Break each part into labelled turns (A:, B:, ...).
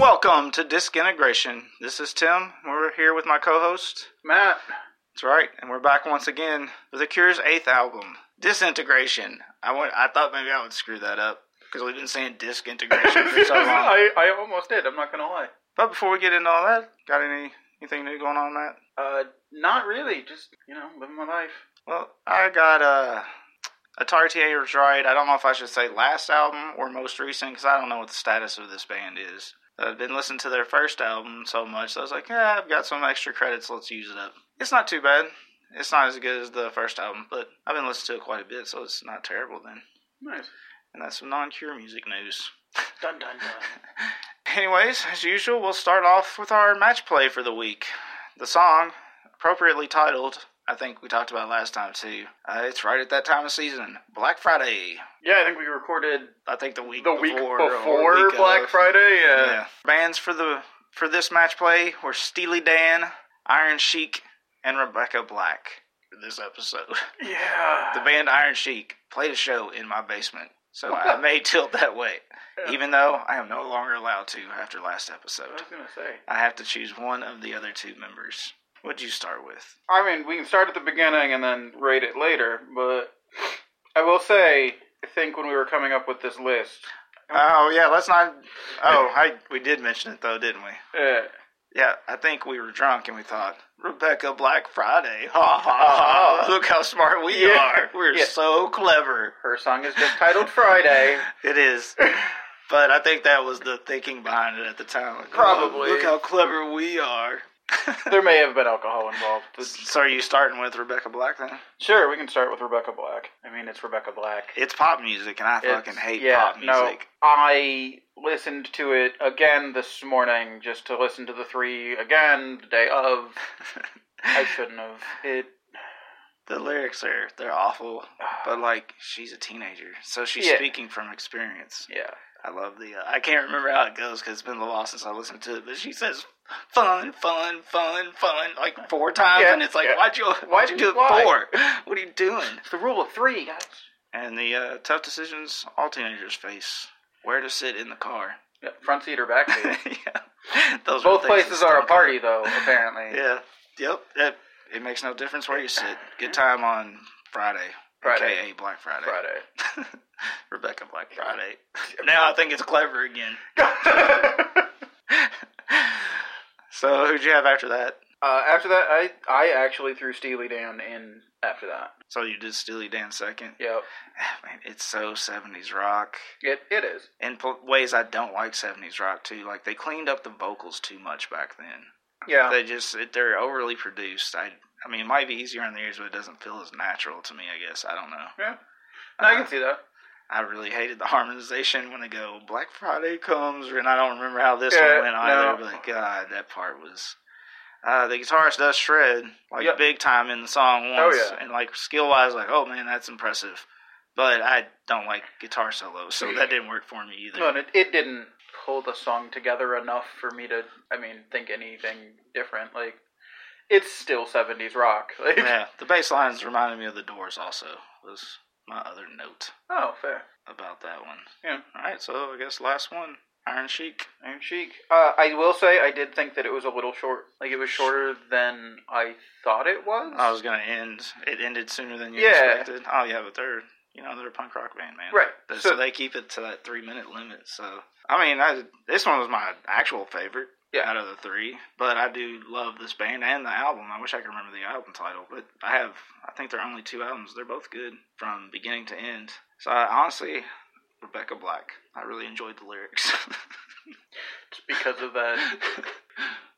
A: Welcome to Disk Integration. This is Tim. We're here with my co host.
B: Matt,
A: That's right, and we're back once again with The Cure's eighth album, Disintegration. I, went, I thought maybe I would screw that up because we've been saying Disk Integration for
B: um,
A: so long.
B: I, I almost did. I'm not gonna lie.
A: But before we get into all that, got any anything new going on, Matt?
B: Uh, not really. Just you know, living my life.
A: Well, I got uh, Atari TA was right. I don't know if I should say last album or most recent because I don't know what the status of this band is. I've been listening to their first album so much, so I was like, yeah, I've got some extra credits, let's use it up. It's not too bad. It's not as good as the first album, but I've been listening to it quite a bit, so it's not terrible then.
B: Nice.
A: And that's some non cure music news.
B: Dun dun dun.
A: Anyways, as usual, we'll start off with our match play for the week. The song, appropriately titled, I think we talked about last time too. Uh, it's right at that time of season, Black Friday.
B: yeah, I think we recorded
A: I think the week
B: the
A: before,
B: week
A: or
B: before
A: week
B: Black
A: of.
B: Friday. Yeah.
A: Yeah. Bands for the for this match play were Steely Dan, Iron Sheik, and Rebecca Black. For this episode,
B: Yeah.
A: the band Iron Sheik played a show in my basement, so I may tilt that way, even though I am no longer allowed to after last
B: I
A: episode.
B: was gonna say.
A: I have to choose one of the other two members. What'd you start with?
B: I mean, we can start at the beginning and then rate it later, but I will say, I think when we were coming up with this list,
A: Oh yeah, let's not. Oh, I we did mention it though, didn't we?
B: uh,
A: Yeah, I think we were drunk and we thought Rebecca Black Friday. Ha ha ha! Look how smart we
B: Yeah.
A: are. We're
B: Yeah.
A: so clever.
B: her song is just titled Friday.
A: It is. But I think that was the thinking behind it at the time. Like,
B: Probably.
A: "Oh, Look how clever we are.
B: There may have been alcohol involved. This-
A: so are you starting with Rebecca Black then?
B: Sure, we can start with Rebecca Black. I mean, it's Rebecca Black.
A: It's pop music, and I fucking
B: It's-
A: hate
B: yeah,
A: pop music.
B: No, I listened to it again this morning just to listen to the three again the day of. I shouldn't have. It.
A: the lyrics are they're awful, but like she's a teenager, so she's
B: Yeah.
A: speaking from experience.
B: yeah.
A: I love the. Uh, I can't remember how it goes because it's been a while since I listened to it. But she says "fun, fun, fun, fun" like four times,
B: Yeah,
A: and it's like,
B: yeah.
A: why'd you why'd you do it
B: Why?
A: four? What are you doing?
B: It's the rule of three, guys.
A: And the uh, tough decisions all teenagers face: where to sit in the car.
B: Yeah, front seat or back
A: yeah,
B: seat.
A: those
B: Both
A: things that
B: places are a
A: stick.
B: party, though, apparently.
A: Yeah. Yep. That, it makes no difference where you sit. Good time on Friday.
B: Friday.
A: AKA Black Friday.
B: Friday.
A: Rebecca Black Friday. now I think it's clever again. so who'd you have after that?
B: uh, after that, I I actually threw Steely Dan in after that.
A: So you did Steely Dan second.
B: Yep.
A: Man, it's so seventies rock
B: It, it is.
A: in pl- ways I don't like seventies rock too. Like they cleaned up the vocals too much back then.
B: Yeah.
A: They just it- they're overly produced. I I mean it might be easier on the ears, but it doesn't feel as natural to me. I guess I don't know.
B: yeah. No, I can see that.
A: I really hated the harmonization when I go Black Friday comes, and I don't remember how this
B: Yeah,
A: one went
B: no.
A: either. But God, that part was. Uh, the guitarist does shred like
B: Yep.
A: big time in the song
B: Oh,
A: once,
B: yeah.
A: and like skill wise, like oh man, that's impressive. But I don't like guitar solos, so that didn't work for me either.
B: No, and it, it didn't pull the song together enough for me to, I mean, think anything different. Like, it's still 70s rock. Like,
A: yeah, the bass lines reminded me of the Doors. Also, was my other note
B: Oh, fair.
A: about that one.
B: Yeah.
A: All right, so I guess last one, Iron Sheik.
B: Iron Chic. Uh, I will say, I did think that it was a little short. Like, it was shorter than I thought it was.
A: I was gonna end. It ended sooner than you
B: Yeah.
A: expected. Oh yeah, but they're you know they're a punk rock band, man.
B: Right.
A: They- So,
B: So,
A: they keep it to that three minute limit. So I mean, I, this one was my actual favorite
B: Yeah.
A: out of the three. But I do love this band and the album. I wish I could remember the album title, but I have. I think they're only two albums. They're both good from beginning to end. So I, honestly, Rebecca Black. I really enjoyed the lyrics.
B: it's because of that.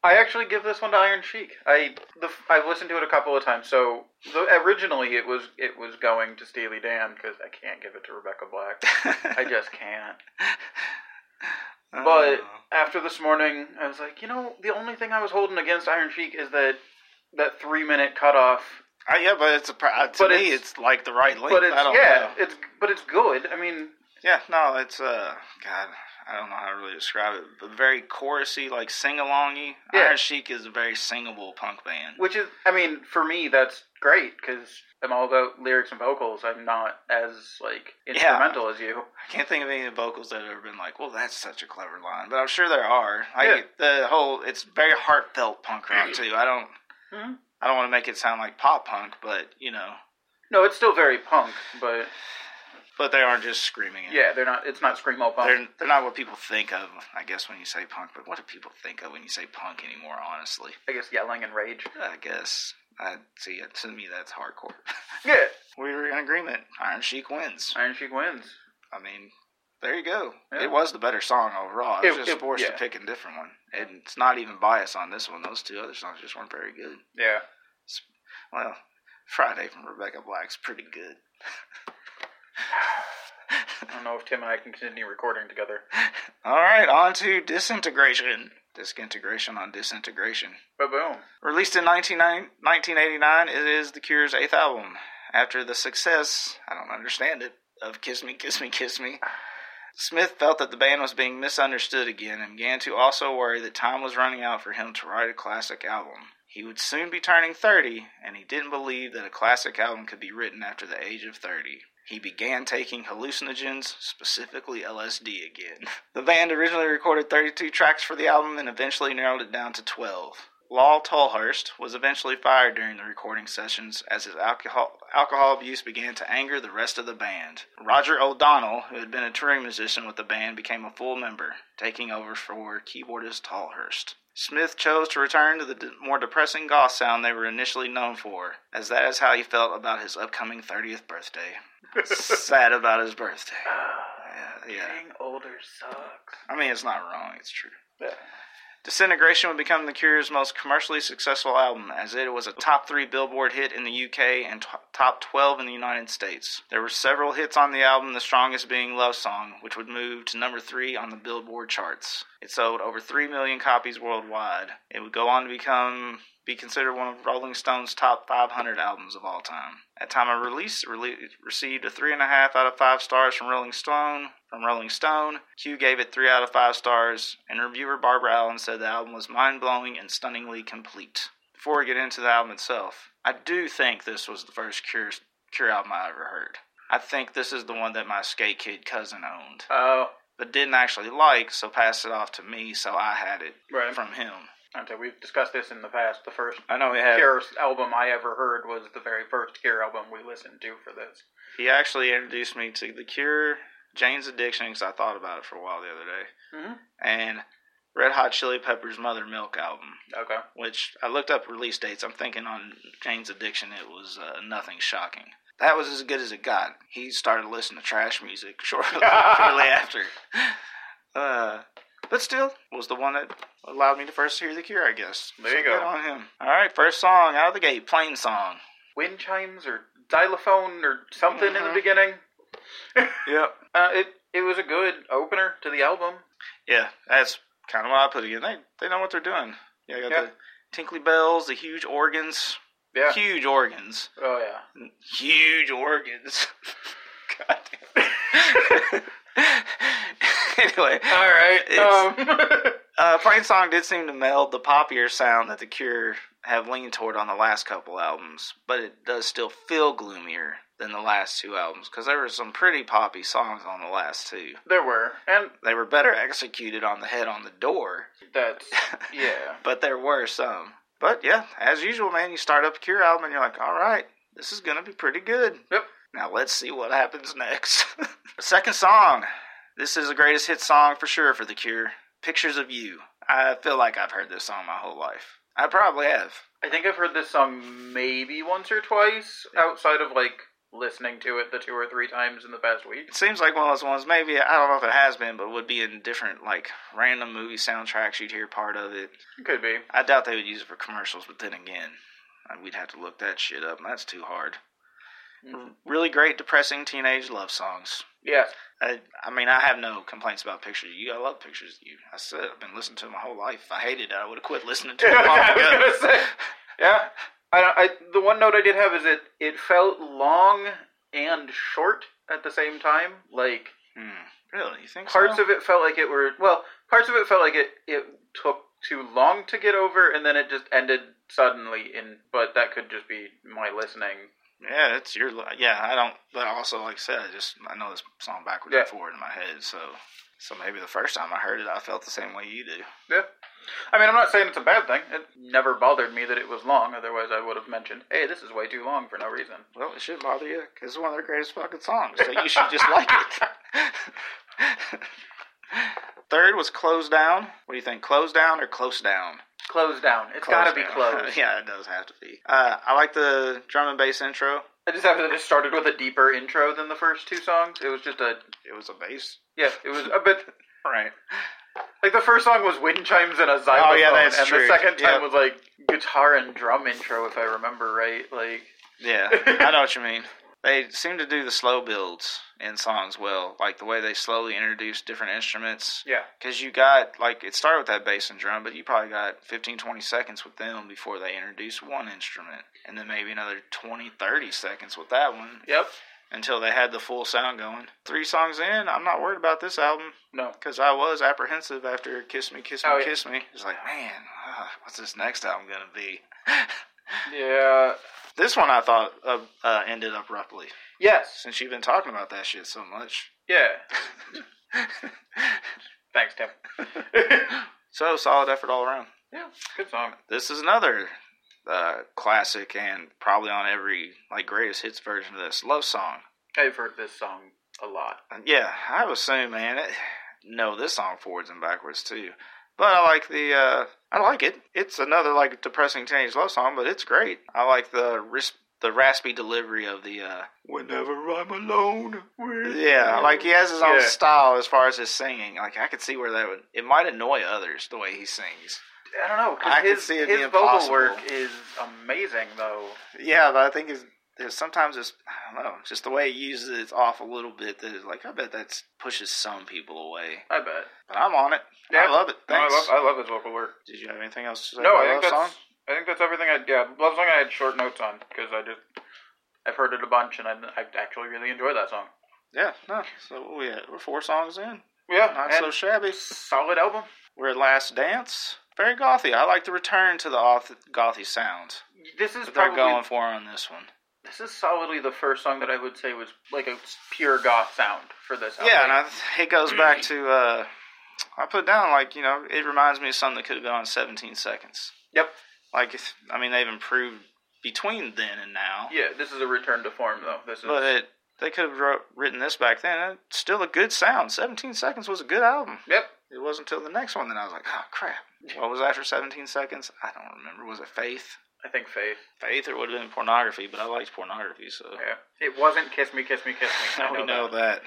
B: I actually give this one to Iron Chic. I the I've listened to it a couple of times. So the, originally it was it was going to Steely Dan because I can't give it to Rebecca Black. I just can't. But
A: Uh,
B: after this morning, I was like, you know, the only thing I was holding against Iron Sheik is that that three minute cutoff.
A: Uh, yeah, but it's a pr- uh, to
B: But
A: me,
B: it's-
A: it's, like the right length.
B: But it's
A: I don't
B: yeah,
A: know.
B: it's but it's good. I mean,
A: yeah, no, it's uh, God, I don't know how to really describe it, but very chorusy, like sing alongy.
B: Yeah.
A: Iron Sheik is a very singable punk band.
B: which is I mean for me that's great because I'm all about lyrics and vocals. I'm not as like instrumental as you.
A: I can't think of any vocals that have ever been like, "Well, that's such a clever line," but I'm sure there are. I
B: Yeah.
A: the whole it's very heartfelt punk rock too. I don't
B: Mhm.
A: I don't want to make it sound like pop punk, but you know,
B: No, it's still very punk, but
A: but they aren't just screaming it.
B: yeah, they're not. It's not screamo punk.
A: They're, they're not what people think of, I guess, when you say punk. But what do people think of when you say punk anymore? Honestly,
B: I guess yelling and rage.
A: I guess I see. It. To me, that's hardcore.
B: Yeah,
A: we were in agreement. Iron Sheik wins.
B: Iron Sheik wins.
A: I mean, there you go.
B: Yeah.
A: It was the better song overall. I was
B: It-
A: just
B: it-
A: forced
B: yeah.
A: to pick a different one. And it's not even bias on this one. Those two other songs just weren't very good.
B: Yeah,
A: Well, Friday from Rebecca Black's pretty good.
B: I don't know if Tim and I can continue recording together,
A: All right, on to Disintegration. Disintegration on Disintegration.
B: but boom.
A: Released in 1990 1989, it is The Cure's eighth album. After the success, I don't understand it, of Kiss Me, Kiss Me, Kiss Me, Smith felt that the band was being misunderstood again and began to also worry that time was running out for him to write a classic album. He would soon be turning 30, and he didn't believe that a classic album could be written after the age of 30. He began taking hallucinogens, specifically LSD again. The band originally recorded 32 tracks for the album and eventually narrowed it down to 12. Law Tolhurst was eventually fired during the recording sessions as his alcohol, alcohol abuse began to anger the rest of the band. Roger O'Donnell, who had been a touring musician with the band, became a full member, taking over for keyboardist Tolhurst. Smith chose to return to the d- more depressing goth sound they were initially known for, as that is how he felt about his upcoming 30th birthday. Sad about his birthday. Yeah, yeah.
B: Getting older sucks.
A: I mean, it's not wrong, it's true.
B: Yeah.
A: Disintegration would become The Cure's most commercially successful album, as it was a top three Billboard hit in the UK and t- top 12 in the United States. There were several hits on the album, the strongest being Love Song, which would move to number three on the Billboard charts. It sold over 3 million copies worldwide. It would go on to become be considered one of Rolling Stone's top 500 albums of all time. At time of release, it rele- received a three and a half out of five stars from Rolling Stone. From Rolling Stone, Q gave it three out of five stars, and reviewer Barbara Allen said the album was mind blowing and stunningly complete. Before we get into the album itself, I do think this was the first Cure, Cure album I ever heard. I think this is the one that my skate kid cousin owned,
B: Oh,
A: but didn't actually like, so passed it off to me, so I had it
B: right.
A: from him.
B: Okay, we've discussed this in the past. The first
A: I know we had
B: Cure album I ever heard was the very first Cure album we listened to for this.
A: He actually introduced me to The Cure, Jane's Addiction, because I thought about it for a while the other day,
B: Mhm.
A: and Red Hot Chili Peppers' Mother Milk album,
B: Okay.
A: which I looked up release dates. I'm thinking on Jane's Addiction, it was uh, nothing shocking. That was as good as it got. He started listening to trash music shortly, shortly after. Uh, but still, was the one that allowed me to first hear The Cure, I guess.
B: There you
A: So
B: go.
A: Good on him. All right, first song out of the gate, plain song.
B: Wind chimes or xylophone or something in the
A: Mhm.
B: beginning.
A: Yep.
B: Uh, it it was a good opener to the album.
A: Yeah, that's kind of what I put it in. They they know what they're doing. Yeah, you got
B: Yeah.
A: the tinkly bells, the huge organs,
B: Yeah.
A: huge organs,
B: Oh yeah.
A: huge organs. God damn. anyway,
B: All right.
A: It's-
B: Um,
A: uh, Plain Song did seem to meld the poppier sound that the Cure have leaned toward on the last couple albums, but it does still feel gloomier than the last two albums because there were some pretty poppy songs on the last two.
B: there were, and
A: They were better executed on the head on the door.
B: that's yeah.
A: but there were some. But yeah, as usual, man, you start up Cure album and you're like, all right, this is gonna be pretty good.
B: Yep.
A: Now let's see what happens next. Second song. This is the greatest hit song for sure for the Cure. Pictures of You. I feel like I've heard this song my whole life. I probably have.
B: I think I've heard this song maybe once or twice outside of like listening to it the two or three times in the past week.
A: It seems like one of those ones. Maybe I don't know if it has been, but would be in different like random movie soundtracks. You'd hear part of it.
B: Could be.
A: I doubt they would use it for commercials, but then again, uh, we'd have to look that shit up, and that's too hard.
B: Mm-hmm.
A: R- Really great, depressing teenage love songs.
B: Yes.
A: I, I mean, I have no complaints about Pictures of You. I love Pictures of You. I said I've been listening to it my whole life. If I hated it, I would have quit listening to it
B: Yeah,
A: a
B: I
A: while
B: was
A: ago.
B: gonna say. Yeah, I, don't- I the one note I did have is it it felt long and short at the same time. Like
A: Hmm. Really? You think
B: parts
A: so?
B: of it felt like it were well, parts of it felt like it it took too long to get over, and then it just ended suddenly in, but that could just be my listening.
A: Yeah, it's your. li- Yeah, I don't. But also, like I said, I just I know this song backwards and
B: Yeah.
A: forward in my head. So, so maybe the first time I heard it, I felt the same way you do.
B: Yeah. I mean, I'm not saying it's a bad thing. It never bothered me that it was long. Otherwise, I would have mentioned, "Hey, this is way too long for no reason."
A: Well, it shouldn't bother you because it's one of their greatest fucking songs. So you should just like it. Third was Close Down. What do you think? Close Down or Close Down?
B: Close down. It's
A: Close
B: got to be
A: Down.
B: closed.
A: yeah, it does have to be. Uh, I like the drum and bass intro.
B: I just have that it started with a deeper intro than the first two songs. It was just a
A: It was a bass.
B: yeah. It was a bit
A: Right.
B: like the first song was wind chimes and a xylophone,
A: Oh, yeah, that's
B: and
A: true.
B: the second time
A: Yep.
B: was like guitar and drum intro, if I remember right. Like
A: Yeah, I know what you mean. They seem to do the slow builds in songs well, like the way they slowly introduce different instruments.
B: yeah,
A: Because you got, like, it started with that bass and drum, but you probably got 15, 20 seconds with them before they introduce one instrument. And then maybe another 20, 30 seconds with that one
B: yep.
A: until they had the full sound going. Three songs in, I'm not worried about this album
B: No,
A: because I was apprehensive after Kiss Me, Kiss Me,
B: Oh, yeah.
A: Kiss Me. It's like, man, ah, what's this next album going to be?
B: yeah,
A: this one I thought uh, uh, ended abruptly
B: yes,
A: since you've been talking about that shit so much.
B: yeah. Thanks, Tim.
A: So solid effort all around.
B: yeah, good song.
A: This is another uh, classic and probably on every like greatest hits version of this love song.
B: I've heard this song a lot.
A: And yeah, I would assume, man. It, no, this song forwards and backwards too. But I like the uh, I like it. It's another like depressing teenage love song, but it's great. I like the ris- the raspy delivery of the uh,
B: Whenever I'm alone, with
A: Yeah,
B: you.
A: like he has his own
B: Mm-hmm. Yeah.
A: style as far as his singing. Like I could see where that would it might annoy others the way he sings.
B: I don't know. 'cause
A: I could
B: his,
A: see it
B: his
A: being
B: vocal
A: possible.
B: work is amazing, though.
A: Yeah, but I think it's, it's sometimes it's I don't know, it's just the way he uses it, it's off a little bit. That is like I bet that pushes some people away.
B: I bet.
A: But I'm on it.
B: Yeah.
A: I love it.
B: No, I
A: Thanks.
B: love I love his vocal work.
A: Did you have anything else to say
B: No,
A: about
B: I
A: Love
B: think that's
A: song?
B: I think that's everything. I yeah, love song. I had short notes on because I just I've heard it a bunch and I, I actually really enjoy that song.
A: Yeah, no. So we we're four songs in.
B: Yeah,
A: Not
B: and
A: so shabby.
B: solid album.
A: We're at Last Dance. Very gothy. I like the return to the auth- gothy sound
B: This is
A: that they're
B: probably
A: going for on this one.
B: this is solidly the first song that I would say was like a pure goth sound for this. Album.
A: Yeah, and I, th- it goes back to uh, I put down like you know it reminds me of something that could have been on 17 seconds.
B: Yep.
A: Like if- I mean they've improved between then and now,
B: yeah, this is a return to form though. This is
A: but it, they could have wrote, written this back then. and It's still a good sound. 17 seconds was a good album.
B: yep.
A: It wasn't until the next one that I was like, oh crap. What was after 17 seconds? I don't remember. Was it Faith?
B: I think Faith.
A: Faith, or it would have been pornography, but I liked pornography, so
B: Yeah, it wasn't "Kiss Me, Kiss Me, Kiss Me."
A: now we know that.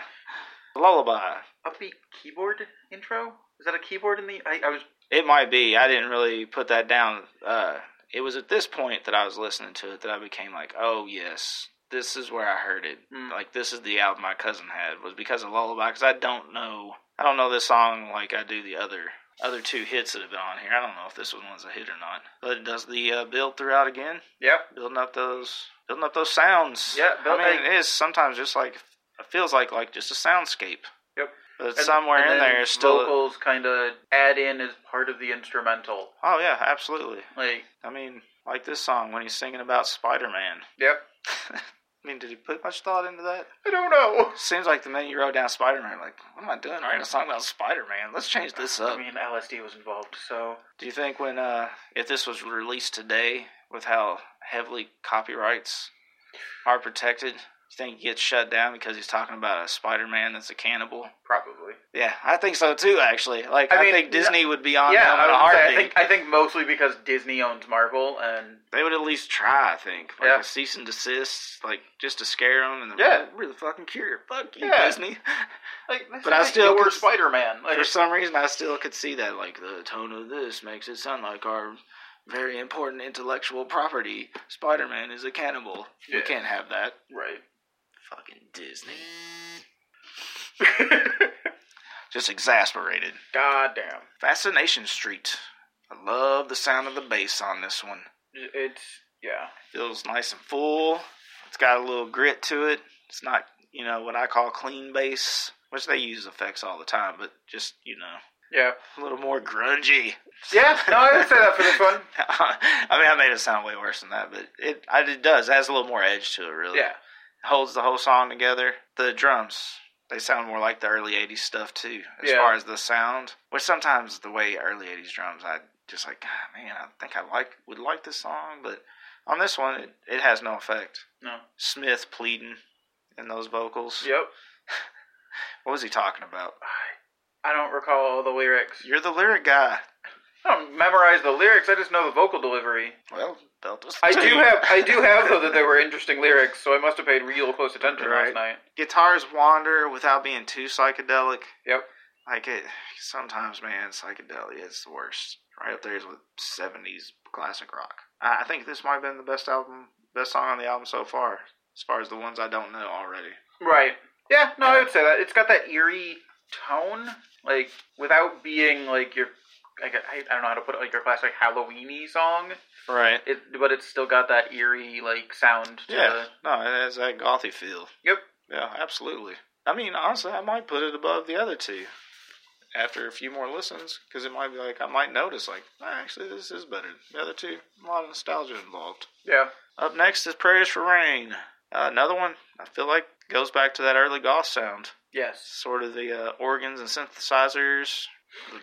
A: Lullaby.
B: upbeat keyboard intro? Is that a keyboard in the? I, I was.
A: It might be. I didn't really put that down. Uh, it was at this point that I was listening to it that I became like, oh yes, this is where I heard it.
B: Mm.
A: Like this is the album my cousin had was because of Lullaby. Because I don't know, I don't know this song like I do the other other two hits that have been on here. I don't know if this one was a hit or not. But it does the uh, build throughout again,
B: Yeah,
A: building up those building up those sounds.
B: Yeah,
A: I
B: build-
A: mean it is sometimes just like it feels like like just a soundscape.
B: Yep.
A: But
B: And-
A: somewhere
B: and
A: in
B: then
A: there is still.
B: vocals kind of add in as part of the instrumental.
A: Oh yeah, absolutely.
B: Like,
A: I mean, like this song when he's singing about Spider Man.
B: yep.
A: I mean, did he put much thought into that?
B: I don't know.
A: Seems like the minute you wrote down Spider Man, like, what am I doing writing a song about Spider Man? Let's change this
B: I
A: up.
B: mean, LSD was involved, so
A: Do you think when, uh, if this was released today with how heavily copyrights are protected, you think he gets shut down because he's talking about a Spider Man that's a cannibal?
B: probably.
A: Yeah, I think so too, actually. Like,
B: I
A: I,
B: mean,
A: think Disney would be on
B: yeah,
A: them
B: I,
A: in a
B: would say, I
A: heartbeat.
B: think I think mostly because Disney owns Marvel, and
A: They would at least try, I think. Like
B: Yeah.
A: a cease and desist, like just to scare them. And
B: Yeah.
A: we're the fucking cure. Fuck you,
B: Yeah.
A: Disney.
B: like, this
A: But
B: is
A: I
B: like
A: still
B: your
A: cons-
B: Spider-Man. Like,
A: For some reason, I still could see that. Like the tone of this makes it sound like our very important intellectual property. Spider-Man is a cannibal. We
B: Yeah.
A: can't have that.
B: right.
A: Fucking Disney. Just exasperated.
B: God damn.
A: Fascination Street. I love the sound of the bass on this one.
B: It's yeah.
A: feels nice and full. It's got a little grit to it. It's not, you know, what I call clean bass, which they use effects all the time, but just, you know,
B: Yeah.
A: a little more grungy.
B: Yeah. No, I would say that for this one.
A: I mean, I made it sound way worse than that, but it I- it does. It has a little more edge to it, really.
B: Yeah.
A: holds the whole song together. The drums, they sound more like the early 80s stuff too, as
B: Yeah.
A: far as the sound. Which sometimes the way early 80s drums, I just like, "Ah, man, I think I like would like this song, but on this one, it, it has no effect.
B: No.
A: Smith pleading in those vocals.
B: Yep.
A: What was he talking about?
B: I- I don't recall all the lyrics.
A: You're the lyric guy.
B: I don't memorize the lyrics. I just know the vocal delivery.
A: Well, they'll just
B: I do have, I do have though that there were interesting lyrics, so I must have paid real close attention
A: Right.
B: last night.
A: guitars wander without being too psychedelic.
B: Yep.
A: Like it sometimes, man, psychedelia is the worst. Right up there is with seventies classic rock. I I think this might have been the best album, best song on the album so far, as far as the ones I don't know already.
B: Right. Yeah. No, I would say that it's got that eerie tone, like without being like your, like I, I don't know how to put it, like your classic Halloweeny song.
A: Right.
B: It, but it's still got that eerie like sound. To
A: Yeah. No, it has that gothy feel.
B: Uh, Yep.
A: Yeah, absolutely. I mean, honestly, I might put it above the other two after a few more listens because it might be like I might notice like "Ah, actually this is better. than The other two, a lot of nostalgia involved.
B: The, yeah.
A: Up next is Prayers for Rain. Uh, another one I feel like goes back to that early goth sound.
B: Yes.
A: Sort of the uh, organs and synthesizers,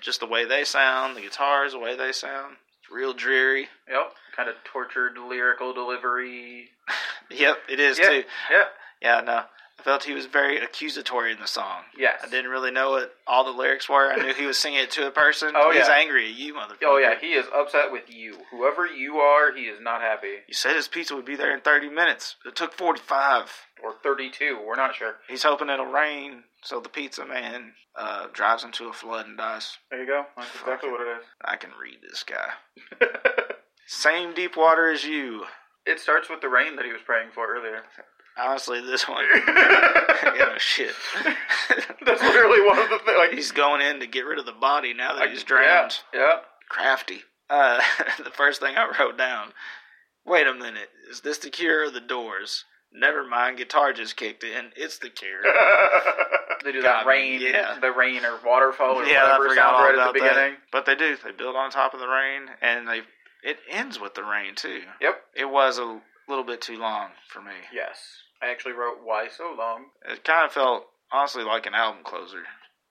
A: just the way they sound, the guitars, the way they sound. It's real dreary.
B: Yep. Kind of tortured lyrical delivery.
A: Yep, it is
B: Yeah.
A: too.
B: Yeah.
A: Yeah, no. I felt he was very accusatory in the song.
B: Yes.
A: I didn't really know what all the lyrics were. I knew he was singing it to a person.
B: Oh,
A: He's
B: yeah.
A: angry at you, motherfucker.
B: Oh yeah, he is upset with you. Whoever you are, he is not happy.
A: You said his pizza would be there in 30 minutes. It took 45.
B: Or thirty-two. We're not sure.
A: He's hoping it'll rain, so the pizza man uh, drives into a flood and dies.
B: There you go. That's
A: exactly
B: what it
A: I can read this guy.
B: is.
A: Same deep water as you.
B: it starts with the rain that he was praying for earlier.
A: Honestly, this one. you
B: That's
A: know, shit.
B: literally one of the things. Like
A: he's going in to get rid of the body now that
B: like,
A: he's drowned.
B: Yeah. yeah.
A: Crafty. Uh, the first thing I wrote down. Wait a minute. Is this the cure or the doors? Never mind. Guitar just kicked in. It's the cure.
B: they do
A: Got
B: that
A: me,
B: rain,
A: yeah.
B: the rain or waterfall or
A: Yeah, I
B: whatever
A: forgot
B: sound
A: all
B: right at
A: about
B: the
A: that.
B: beginning.
A: But they do. They build on top of the rain, and they it ends with the rain too.
B: Yep.
A: It was a little bit too long for me.
B: Yes. I actually wrote why so long.
A: It kind of felt honestly like an album closer.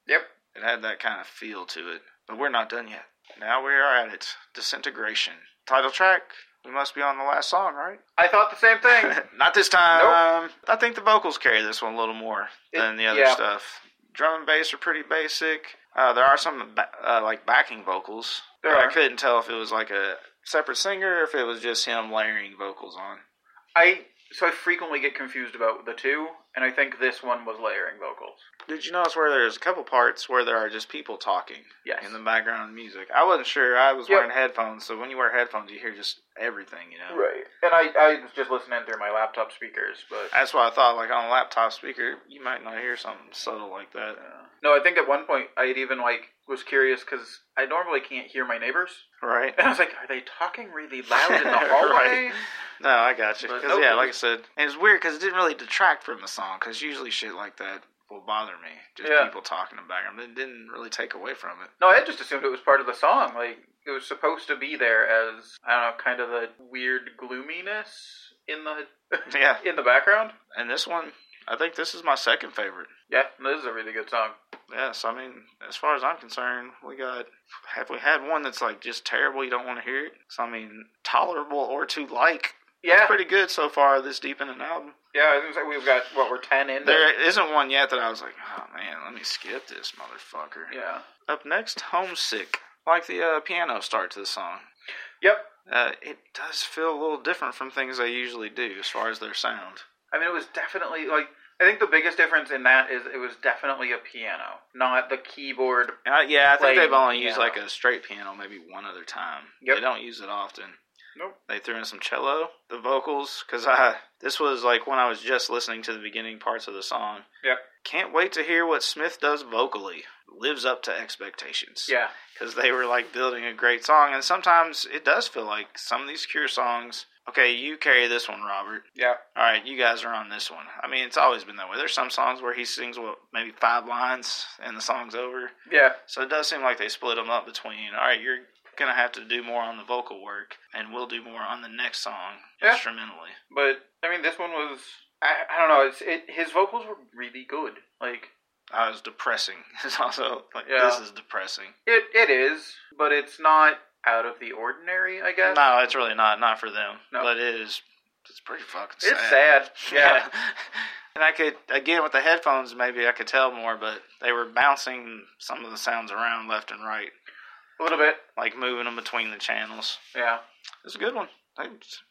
B: Yep.
A: It had that kind of feel to it. But we're not done yet. Now we are at it. Disintegration. Title track. We must be on the last song, right?
B: I thought the same thing.
A: not this time. I think the vocals carry this one a little more
B: It-
A: than the other
B: yeah.
A: stuff. Drum and bass are pretty basic. Uh, there are some ba- uh, like backing vocals.
B: There
A: but I
B: are.
A: couldn't tell if it was like a separate singer or if it was just him layering vocals on.
B: I so I frequently get confused about the two, and I think this one was layering vocals.
A: Did you notice where there's a couple parts where there are just people talking
B: Yes.
A: in the background of music? I wasn't sure. I was
B: Yep.
A: wearing headphones, so when you wear headphones, you hear just everything, you know.
B: Right. And I, I was just listening through my laptop speakers, but
A: That's why I thought, like on a laptop speaker, you might not hear something subtle like that.
B: uh, no, I think at one point I had even like was curious because I normally can't hear my neighbors,
A: Right?
B: and I was like, are they talking really loud in the hallway?
A: Right. No, I got you.
B: But-
A: 'Cause, yeah, like I said, and it's weird because it didn't really detract from the song. Because usually shit like that will bother me. Just
B: Yeah.
A: people talking in the background. It didn't really take away from it.
B: No, I just assumed it was part of the song. Like it was supposed to be there as I don't know, kind of the weird gloominess in the
A: Yeah,
B: in the background.
A: and this one, I think this is my second favorite.
B: Yeah, no, this is a really good song.
A: Yeah, so I mean, as far as I'm concerned, we got have we had one that's like just terrible? You don't want to hear it. So I mean, tolerable or to like,
B: Yeah,
A: pretty good so far this deep in an album.
B: yeah. I was gonna say we've got what we're ten in there.
A: There isn't one yet that I was like, oh man, let me skip this motherfucker.
B: Yeah.
A: Up next, homesick. Like the uh, piano start to the song.
B: Yep.
A: Uh, it does feel a little different from things they usually do as far as their sound.
B: I mean, it was definitely like I think the biggest difference in that is it was definitely a piano, not the keyboard.
A: And I, yeah, I think
B: Playing
A: they've only used
B: piano.
A: like a straight piano maybe one other time.
B: Yep.
A: They don't use it often.
B: Nope.
A: They threw in some cello, the vocals, because I this was like when I was just listening to the beginning parts of the song.
B: Yep.
A: Can't wait to hear what Smith does vocally. Lives up to expectations.
B: Yeah.
A: because they were like building a great song. And sometimes it does feel like some of these Cure songs Okay, you carry this one, Robert.
B: Yeah.
A: All right, you guys are on this one. I mean, it's always been that way. There's some songs where he sings what maybe five lines and the song's over.
B: Yeah.
A: So it does seem like they split them up between. All right, you're gonna have to do more on the vocal work, and we'll do more on the next song
B: Yeah.
A: instrumentally.
B: But I mean, this one was I, I don't know. It's it, his vocals were really good. Like
A: I was depressing. It's also like
B: Yeah.
A: this is depressing.
B: it it is, but it's not out of the ordinary. I guess
A: No, it's really not. Not for them.
B: No.
A: But it is. It's pretty fucking.
B: it's
A: sad.
B: sad. Yeah.
A: and I could again with the headphones, maybe I could tell more, but they were bouncing some of the sounds around left and right,
B: a little bit.
A: like moving them between the channels.
B: Yeah.
A: It's a good one. I,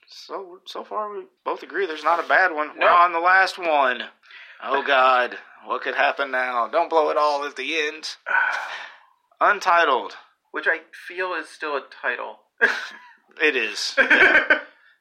A: so so far we both agree there's not a bad one. We're
B: No.
A: on the last one. Oh God, what could happen now? Don't blow it all at the end. Untitled.
B: Which I feel is still a title.
A: It is. Uh,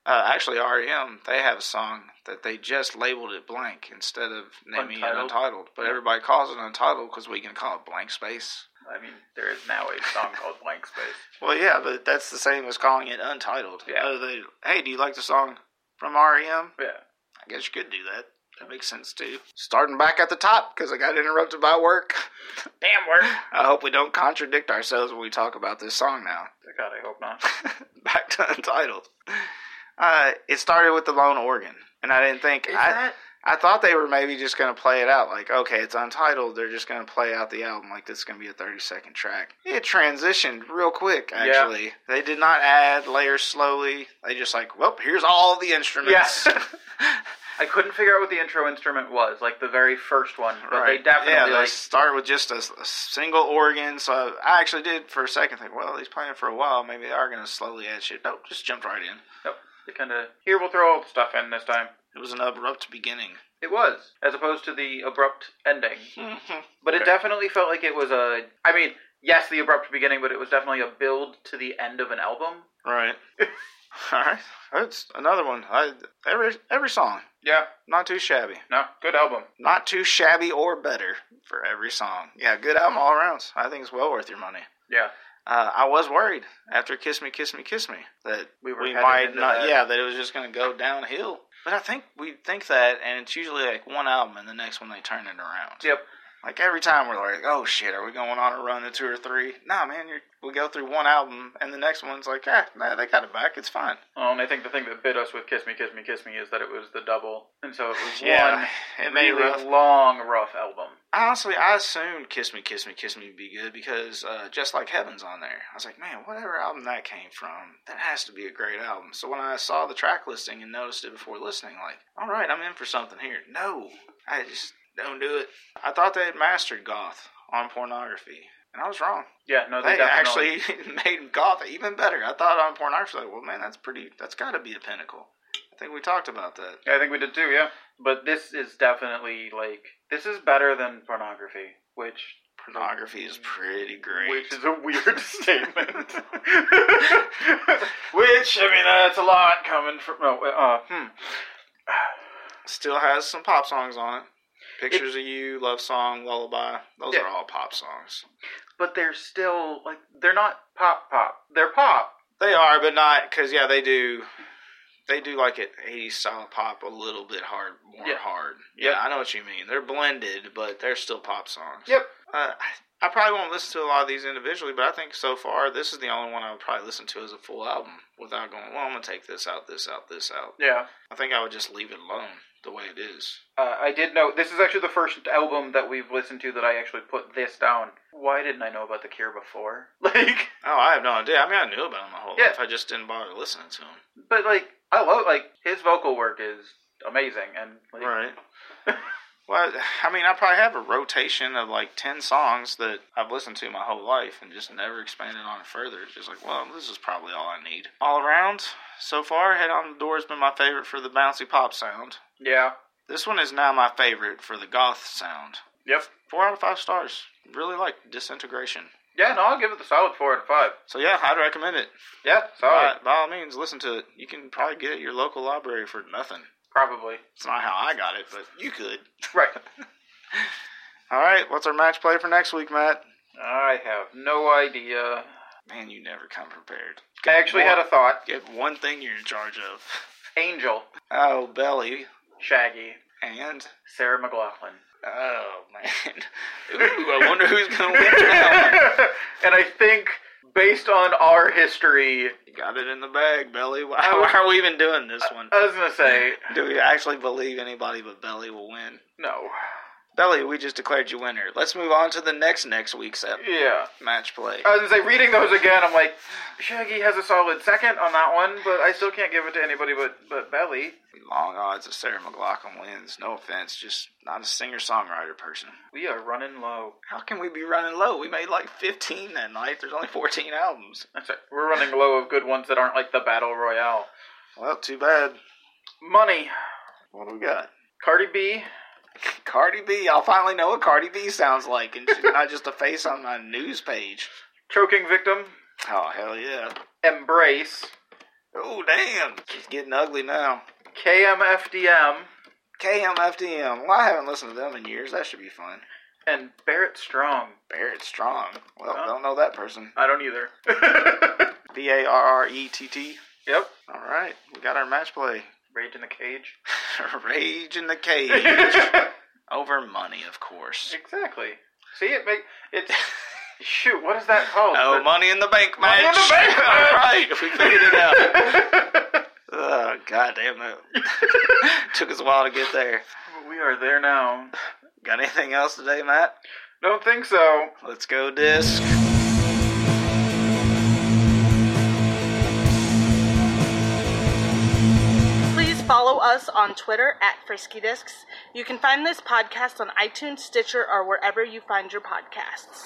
A: actually, REM they have a song that they just labeled it blank instead of naming it
B: Untitled.
A: untitled. But everybody calls it untitled because we can call it blank space.
B: I mean, there is now a song called Blank Space.
A: Well, yeah, but that's the same as calling it untitled.
B: Yeah.
A: Uh, they, hey, do you like the song from REM?
B: Yeah.
A: I guess you could do that. That makes sense too. Starting back at the top because I got interrupted by work.
B: Damn work.
A: I hope we don't contradict ourselves when we talk about this song now.
B: God, I hope not.
A: back to untitled. Uh, it started with the lone organ, and I didn't think
B: Is
A: I.
B: that?
A: I thought they were maybe just going to play it out like, okay, it's untitled. They're just going to play out the album like this is going to be a 30 second track. It transitioned real quick,
B: Yeah.
A: actually. They did not add layers slowly. They just like, well, here's all the instruments.
B: Yeah. I couldn't figure out what the intro instrument was, like the very first one. But
A: right.
B: they definitely
A: yeah, they
B: like
A: start with just a, s- a single organ. So I actually did for a second think, well, he's playing for a while. Maybe they are going to slowly add shit. Nope, just jumped right in.
B: they kind of here we'll throw old stuff in this time.
A: It was an abrupt beginning.
B: It was as opposed to the abrupt ending. But it
A: Okay.
B: definitely felt like it was a. I mean, yes, the abrupt beginning, but it was definitely a build to the end of an album.
A: Right. all right. That's another one. I, every every song.
B: Yeah.
A: Not too shabby.
B: No. Good album.
A: Not too shabby or better for every song. Yeah, good album all around. I think it's well worth your money.
B: Yeah.
A: Uh, I was worried after "Kiss Me, Kiss Me, Kiss Me" that
B: We
A: we,
B: were headed
A: might
B: into
A: not.
B: that.
A: Yeah, that it was just going to go downhill. But I think we think that, and it's usually like one album, and the next one they turn it around.
B: Yep.
A: Like every time we're like, "Oh shit, are we going on a run of two or three? Nah, man, you're, we go through one album, and the next one's like, ah, nah, they got it back. It's fine.
B: Well, and I think the thing that bit us with "Kiss Me, Kiss Me, Kiss Me" is that it was the double, and so it was one
A: it may
B: really
A: rough.
B: long, rough album.
A: Honestly, I assumed "Kiss Me, Kiss Me, Kiss Me" would be good because uh, just like Heaven's on there, I was like, man, whatever album that came from, that has to be a great album. So when I saw the track listing and noticed it before listening, like, all right, I'm in for something here. No, I just don't do it. I thought they had mastered goth on pornography, and I was wrong.
B: Yeah, no, they,
A: They
B: definitely
A: actually made goth even better. I thought on pornography, like, well, man, that's pretty. That's got to be a pinnacle. I think we talked about that.
B: I think we did too. Yeah, but this is definitely like this is better than pornography, which
A: Pornography is pretty great.
B: which is a weird statement. which I mean, that's a lot coming from. No, uh, hmm.
A: still has some pop songs on it. Pictures of You, Love Song, Lullaby. Those
B: Yeah.
A: are all pop songs.
B: But they're still like they're not pop pop. They're pop.
A: They are, but not because yeah, they do. They do like it 80s style pop a little bit hard, more
B: Yeah.
A: hard. Yeah,
B: Yep.
A: I know what you mean. They're blended, but they're still pop songs.
B: Yep.
A: Uh, I- I probably won't listen to a lot of these individually, but I think so far this is the only one I would probably listen to as a full album without going, well, I'm going to take this out, this out, this out.
B: Yeah.
A: I think I would just leave it alone the way it is.
B: Uh, I did know this is actually the first album that we've listened to that I actually put this down. Why didn't I know about the Cure before? Like,
A: Oh, I have no idea. I mean, I knew about him my whole
B: Yeah.
A: life. I just didn't bother listening to him.
B: but like I love like his vocal work is amazing and like,
A: Right. well, I mean, I probably have a rotation of like 10 songs that I've listened to my whole life and just never expanded on it further. It's just like, well, this is probably all I need. All around, so far, Head on the Door has been my favorite for the bouncy pop sound.
B: yeah.
A: This one is now my favorite for the goth sound.
B: Yep.
A: Four out of five stars. Really like Disintegration.
B: Yeah, no, I'll give it the solid four out of five.
A: So, yeah, I'd recommend it.
B: Yeah, solid.
A: By, by all means, listen to it. You can probably get it at your local library for nothing.
B: Probably.
A: It's not how I got it, but you could.
B: Right.
A: All right, what's our match play for next week, Matt?
B: I have no idea.
A: Man, you never come prepared.
B: I actually had a thought.
A: Get one thing you're in charge of.
B: Angel,
A: Oh, Belly.
B: Shaggy,
A: And.
B: Sarah McLaughlin.
A: Oh, man. Ooh, I wonder who's going to win now.
B: and I think based on our history,
A: You got it in the bag, Belly. Why, why Oh, are we even doing this one?
B: I was gonna say
A: Do we actually believe anybody but Belly will win?
B: no.
A: Belly, we just declared you winner. Let's move on to the next next week's ep-
B: Yeah.
A: match play.
B: I was gonna say reading those again, I'm like, Shaggy has a solid second on that one, but I still can't give it to anybody but but Belly.
A: Long odds of Sarah McLaughlin wins. No offense, just not a singer songwriter person.
B: We are running low.
A: How can we be running low? We made like 15 that night. There's only 14 albums.
B: That's right. We're running low of good ones that aren't like the battle royale.
A: Well, too bad.
B: Money.
A: What do we got?
B: Cardi B.
A: Cardi B. I'll finally know what Cardi B sounds like, and she's not just a face on my news page.
B: Choking victim.
A: Oh hell yeah!
B: Embrace.
A: Oh damn, she's getting ugly now.
B: KMFDM.
A: KMFDM. Well, I haven't listened to them in years. That should be fun.
B: And Barrett Strong.
A: Barrett Strong. Well, don't know that person.
B: I don't either.
A: B A R R E T T.
B: yep.
A: All right, we got our match play.
B: Rage in the cage.
A: Rage in the cage
B: exactly.
A: over money, of course.
B: See it make it's shoot, what is that called?
A: Oh,
B: The-
A: money in the bank match.
B: Money in the Bank
A: All right,
B: match.
A: we figured it out. Oh god damn it! Took us a while to get there.
B: we are there now.
A: Got anything else today, Matt?
B: Don't think so.
A: Let's go disc.
C: Please follow us on Twitter at Frisky Discs. You can find this podcast on iTunes, Stitcher, or wherever you find your podcasts.